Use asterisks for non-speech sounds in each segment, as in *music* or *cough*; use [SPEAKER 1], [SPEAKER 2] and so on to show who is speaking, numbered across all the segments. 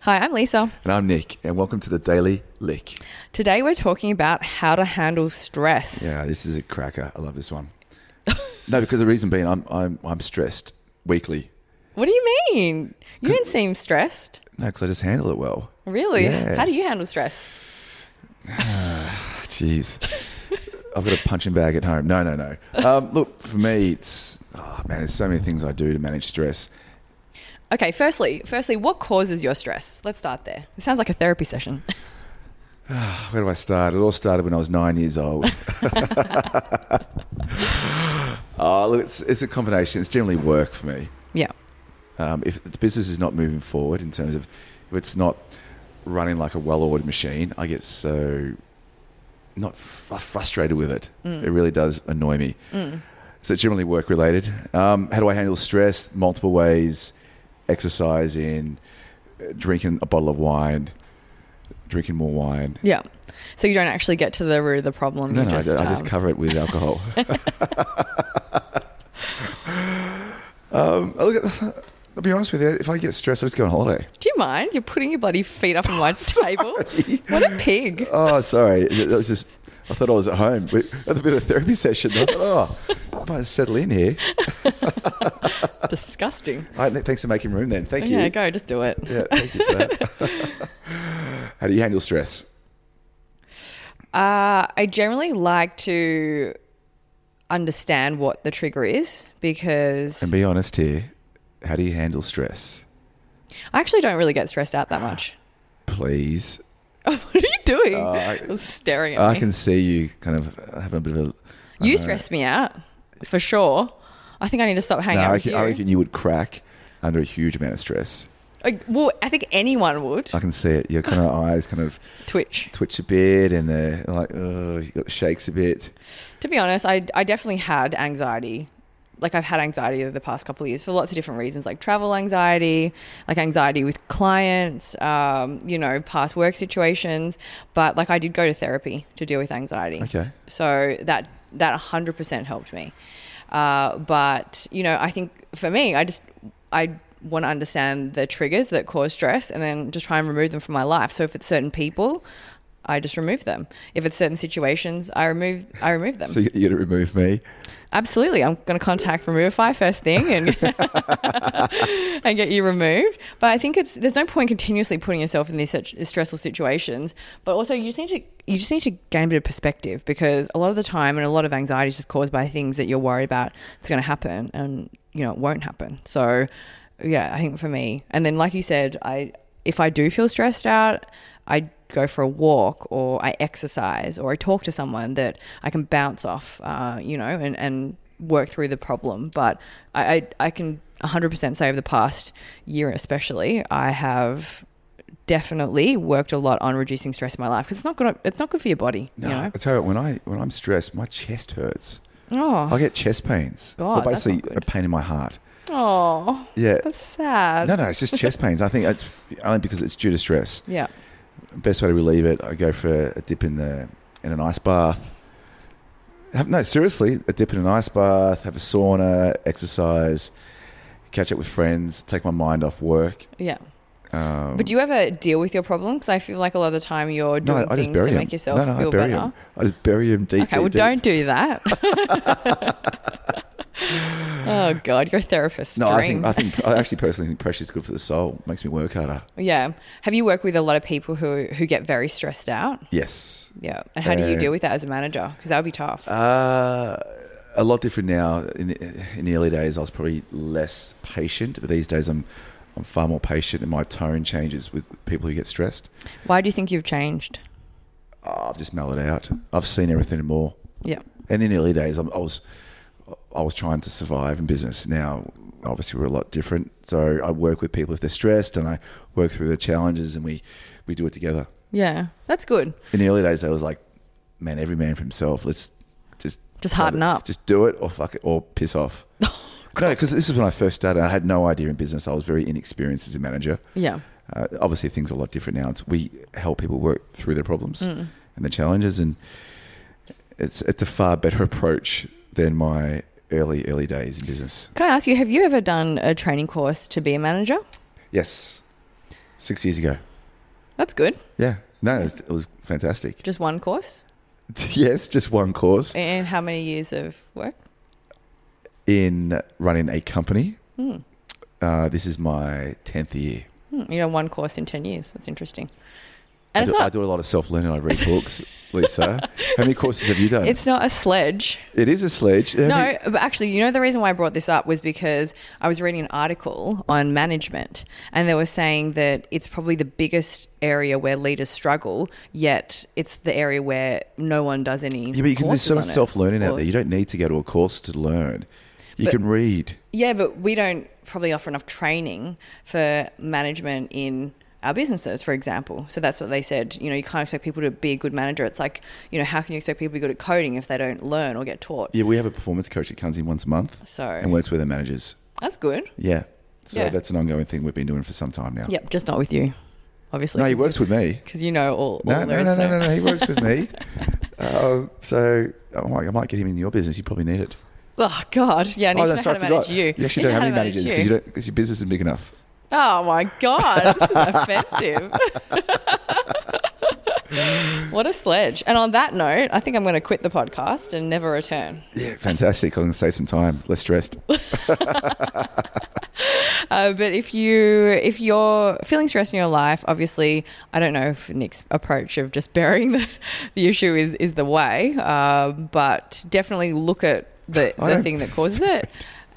[SPEAKER 1] Hi, I'm Lisa.
[SPEAKER 2] And I'm Nick, and welcome to the Daily Lick.
[SPEAKER 1] Today we're talking about how to handle stress.
[SPEAKER 2] Yeah, this is a cracker. I love this one. no, because the reason being, I'm I'm I'm stressed weekly.
[SPEAKER 1] What do you mean? You didn't seem stressed.
[SPEAKER 2] No, because I just handle it well.
[SPEAKER 1] Really?
[SPEAKER 2] Yeah.
[SPEAKER 1] How do you handle stress?
[SPEAKER 2] Jeez, I've got a punching bag at home. No, no, no. Um, look, for me, it's oh man, there's so many things I do to manage stress.
[SPEAKER 1] Okay, firstly, firstly, what causes your stress? Let's start there. It sounds like a therapy session. *laughs*
[SPEAKER 2] Where do I start? It all started when I was nine years old. *laughs* oh, look, it's, it's a combination. It's generally work for me.
[SPEAKER 1] yeah.
[SPEAKER 2] um, if the business is not moving forward in terms of if it's not running like a well-oiled machine, I get so not f- frustrated with it. It really does annoy me. So it's generally work-related. Um, how do I handle stress? Multiple ways: exercising, uh, drinking a bottle of wine, drinking more wine.
[SPEAKER 1] Yeah. So you don't actually get to the root of the problem.
[SPEAKER 2] No,
[SPEAKER 1] you
[SPEAKER 2] no, I, ju- I just
[SPEAKER 1] um,
[SPEAKER 2] cover it with alcohol. *laughs* um, I look at- I'll be honest with you. If I get stressed, I just go on holiday.
[SPEAKER 1] Do you mind? You're putting your bloody feet up on
[SPEAKER 2] *laughs*
[SPEAKER 1] my table. What a pig.
[SPEAKER 2] Oh, sorry. That was just. I thought I was at home. We had a bit of a therapy session. I thought, oh, I might settle in here.
[SPEAKER 1] Disgusting.
[SPEAKER 2] All right, Nick, thanks for making room then. Thank you.
[SPEAKER 1] Yeah, go, just do it.
[SPEAKER 2] Yeah, thank you for that. *laughs* How do you handle stress?
[SPEAKER 1] Uh, I generally like to understand what the trigger is because
[SPEAKER 2] And be honest here. How do you handle stress?
[SPEAKER 1] I actually don't really get stressed out that much.
[SPEAKER 2] *sighs*
[SPEAKER 1] *laughs*
[SPEAKER 2] Please.
[SPEAKER 1] what are you doing?
[SPEAKER 2] Uh,
[SPEAKER 1] *laughs*
[SPEAKER 2] I-
[SPEAKER 1] You're staring at
[SPEAKER 2] I
[SPEAKER 1] me.
[SPEAKER 2] can see you kind of having a bit of a.
[SPEAKER 1] you stress me out for sure. I think I need to stop hanging
[SPEAKER 2] No,
[SPEAKER 1] out
[SPEAKER 2] I
[SPEAKER 1] with
[SPEAKER 2] reckon,
[SPEAKER 1] you.
[SPEAKER 2] I reckon you would crack under a huge amount of stress.
[SPEAKER 1] Like, well, I think anyone would
[SPEAKER 2] I can see it. Your kind of eyes kind of
[SPEAKER 1] twitch.
[SPEAKER 2] twitch a bit, and they're like, oh, you got shakes a bit.
[SPEAKER 1] To be honest, I I definitely had anxiety. Like I've had anxiety over the past couple of years for lots of different reasons, like travel anxiety, like anxiety with clients, um, you know, past work situations. But like I did go to therapy to deal with anxiety.
[SPEAKER 2] Okay.
[SPEAKER 1] So that that 100% helped me. Uh, but you know, I think for me, I just I want to understand the triggers that cause stress and then just try and remove them from my life. So if it's certain people, I just remove them. If it's certain situations, I remove I remove them.
[SPEAKER 2] So you- you're going to remove me.
[SPEAKER 1] Absolutely. I'm going to contact Removify first thing and *laughs* and get you removed. But I think it's there's no point continuously putting yourself in these such stressful situations. But also, you just need to you just need to gain a bit of perspective because a lot of the time and a lot of anxiety is just caused by things that you're worried about that's going to happen and you know it won't happen. So yeah, I think for me, and then like you said, I if I do feel stressed out, I go for a walk or I exercise or I talk to someone that I can bounce off, uh, you know, and, and work through the problem. But I, I, I can 100% say over the past year, especially, I have definitely worked a lot on reducing stress in my life because it's not good. It's not good for your body.
[SPEAKER 2] No,
[SPEAKER 1] you
[SPEAKER 2] I
[SPEAKER 1] know?
[SPEAKER 2] tell you what, when I when I'm stressed, my chest hurts. I
[SPEAKER 1] Oh,
[SPEAKER 2] get chest pains.
[SPEAKER 1] God,
[SPEAKER 2] or
[SPEAKER 1] that's
[SPEAKER 2] basically
[SPEAKER 1] not
[SPEAKER 2] a
[SPEAKER 1] good.
[SPEAKER 2] pain in my heart.
[SPEAKER 1] oh,
[SPEAKER 2] Yeah.
[SPEAKER 1] that's sad.
[SPEAKER 2] No, no, it's just chest pains. I think it's only because it's due to stress.
[SPEAKER 1] Yeah.
[SPEAKER 2] Best way to relieve it, I go for a dip in the in an ice bath. Have, no, seriously, a dip in an ice bath, have a sauna, exercise, catch up with friends, take my mind off work.
[SPEAKER 1] Yeah.
[SPEAKER 2] Um,
[SPEAKER 1] But do you ever deal with your problem? Because I feel like a lot of the time you're doing
[SPEAKER 2] no, I
[SPEAKER 1] things
[SPEAKER 2] just
[SPEAKER 1] to
[SPEAKER 2] bury 'em.
[SPEAKER 1] make yourself
[SPEAKER 2] no, no,
[SPEAKER 1] feel
[SPEAKER 2] I bury
[SPEAKER 1] better.
[SPEAKER 2] 'em. I just bury them deep.
[SPEAKER 1] Okay,
[SPEAKER 2] deep,
[SPEAKER 1] well,
[SPEAKER 2] deep.
[SPEAKER 1] don't do
[SPEAKER 2] *laughs*
[SPEAKER 1] that. oh God, you're a therapist.
[SPEAKER 2] No, I
[SPEAKER 1] dream.
[SPEAKER 2] think, I think I actually personally think pressure is good for the soul. Makes me work harder.
[SPEAKER 1] yeah. Have you worked with a lot of people who who get very stressed out?
[SPEAKER 2] Yes.
[SPEAKER 1] Yeah, and how do you
[SPEAKER 2] Uh,
[SPEAKER 1] deal with that as a manager? Because that would be tough.
[SPEAKER 2] Uh, a lot different now. In the, in the early days, I was probably less patient, but these days I'm I'm far more patient, and my tone changes with people who get stressed.
[SPEAKER 1] Why do you think you've changed?
[SPEAKER 2] Oh, I've just mellowed out. I've seen everything and more.
[SPEAKER 1] Yeah,
[SPEAKER 2] And in the early days, I'm, I was I was trying to survive in business. Now, obviously, we're a lot different. So I work with people if they're stressed, and I work through their challenges, and we we do it together.
[SPEAKER 1] yeah, that's good.
[SPEAKER 2] in the early days, I was like, man, every man for himself. Let's just
[SPEAKER 1] Just harden up.
[SPEAKER 2] Just do it, or fuck it, or piss
[SPEAKER 1] *laughs*
[SPEAKER 2] off. no, because this is when I first started. I had no idea in business. I was very inexperienced as a manager.
[SPEAKER 1] Yeah,
[SPEAKER 2] Uh, obviously, things are a lot different now. It's, we help people work through their problems
[SPEAKER 1] Hmm.
[SPEAKER 2] and their challenges, and it's it's a far better *laughs* approach than my early early days in business.
[SPEAKER 1] can I ask you? Have you ever done a training course to be a manager?
[SPEAKER 2] Yes. six years ago.
[SPEAKER 1] That's good.
[SPEAKER 2] Yeah. No, it was, it was fantastic. *laughs*
[SPEAKER 1] Just one course.
[SPEAKER 2] yes, just one course
[SPEAKER 1] And how many years of work?
[SPEAKER 2] in running a company.
[SPEAKER 1] Hmm.
[SPEAKER 2] Uh, this is my 10th year.
[SPEAKER 1] Hmm. You know, one course in 10 years. That's interesting.
[SPEAKER 2] I
[SPEAKER 1] And
[SPEAKER 2] do,
[SPEAKER 1] it's
[SPEAKER 2] I
[SPEAKER 1] not,
[SPEAKER 2] do a lot of self learning.
[SPEAKER 1] *laughs*
[SPEAKER 2] I read books, Lisa. How many courses have you done?
[SPEAKER 1] it's not a sledge.
[SPEAKER 2] it is a sledge. How many-
[SPEAKER 1] No, but actually, you know, the reason why I brought this up was because I was reading an article on management and they were saying that it's probably the biggest area where leaders struggle, yet it's the area where no one does any.
[SPEAKER 2] Yeah, but you can do
[SPEAKER 1] courses
[SPEAKER 2] some
[SPEAKER 1] on it.
[SPEAKER 2] self learning out
[SPEAKER 1] Or-
[SPEAKER 2] there. You don't need to go to a course to learn. You
[SPEAKER 1] But-
[SPEAKER 2] can read.
[SPEAKER 1] Yeah, but we don't probably offer enough training for management in our businesses, for example. So that's what they said. You know, you can't expect people to be a good manager. It's like, you know, how can you expect people to be good at coding if they don't learn or get taught?
[SPEAKER 2] Yeah, we have a performance coach that comes in once a month and
[SPEAKER 1] So
[SPEAKER 2] works with our managers.
[SPEAKER 1] that's good.
[SPEAKER 2] Yeah. So
[SPEAKER 1] Yeah.
[SPEAKER 2] that's an ongoing thing we've been doing for some time now.
[SPEAKER 1] Yep, just not with you, obviously.
[SPEAKER 2] No, he works with me.
[SPEAKER 1] because you know all. all
[SPEAKER 2] No,
[SPEAKER 1] there
[SPEAKER 2] no,
[SPEAKER 1] is
[SPEAKER 2] no,
[SPEAKER 1] to
[SPEAKER 2] no, no,
[SPEAKER 1] know.
[SPEAKER 2] no. He works
[SPEAKER 1] *laughs*
[SPEAKER 2] with me. Um, so I might, I might get him in your business. You probably need it.
[SPEAKER 1] Oh God, yeah, I need
[SPEAKER 2] oh,
[SPEAKER 1] to know
[SPEAKER 2] that's
[SPEAKER 1] how
[SPEAKER 2] right,
[SPEAKER 1] to
[SPEAKER 2] I
[SPEAKER 1] manage
[SPEAKER 2] forgot.
[SPEAKER 1] you.
[SPEAKER 2] You actually
[SPEAKER 1] Need
[SPEAKER 2] don't
[SPEAKER 1] to
[SPEAKER 2] have
[SPEAKER 1] know how
[SPEAKER 2] any
[SPEAKER 1] to manage
[SPEAKER 2] managers because you don't because your business isn't big enough.
[SPEAKER 1] Oh my God, this is
[SPEAKER 2] *laughs*
[SPEAKER 1] offensive. *laughs* what a sledge. And on that note, I think I'm going to quit the podcast and never return.
[SPEAKER 2] Yeah, fantastic. I'm going to save some time. Less stressed.
[SPEAKER 1] Uh, but if you if you're feeling stressed in your life, obviously, I don't know if Nick's approach of just *laughs* burying the, the issue is is the way, uh, but definitely look at the,
[SPEAKER 2] I
[SPEAKER 1] the
[SPEAKER 2] don't-
[SPEAKER 1] thing that causes it.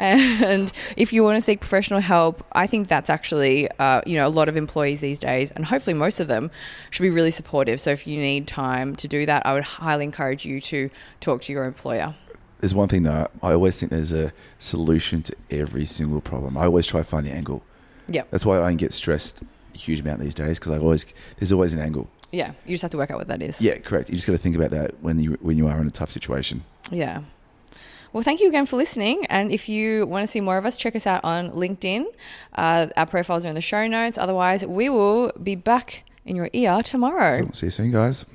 [SPEAKER 1] And if you want to seek professional help, I think that's actually, uh, you know, a lot of employees these days, and hopefully most of them, should be really supportive. So if you need time to do that, I would highly encourage you to talk to your employer.
[SPEAKER 2] There's one thing though. I always think there's a solution to every single problem. I always try to find the angle.
[SPEAKER 1] Yep.
[SPEAKER 2] That's why I don't get stressed a huge amount these days because I always there's always an angle.
[SPEAKER 1] Yeah. You just have to work out what that is.
[SPEAKER 2] Yeah, correct. You just got to think about that when you when you are in a tough situation.
[SPEAKER 1] Yeah. Well, thank you again for listening. And if you want to see more of us, check us out on LinkedIn. Uh, our profiles are in the show notes. Otherwise, we will be back in your ear tomorrow.
[SPEAKER 2] Cool. See you soon, guys.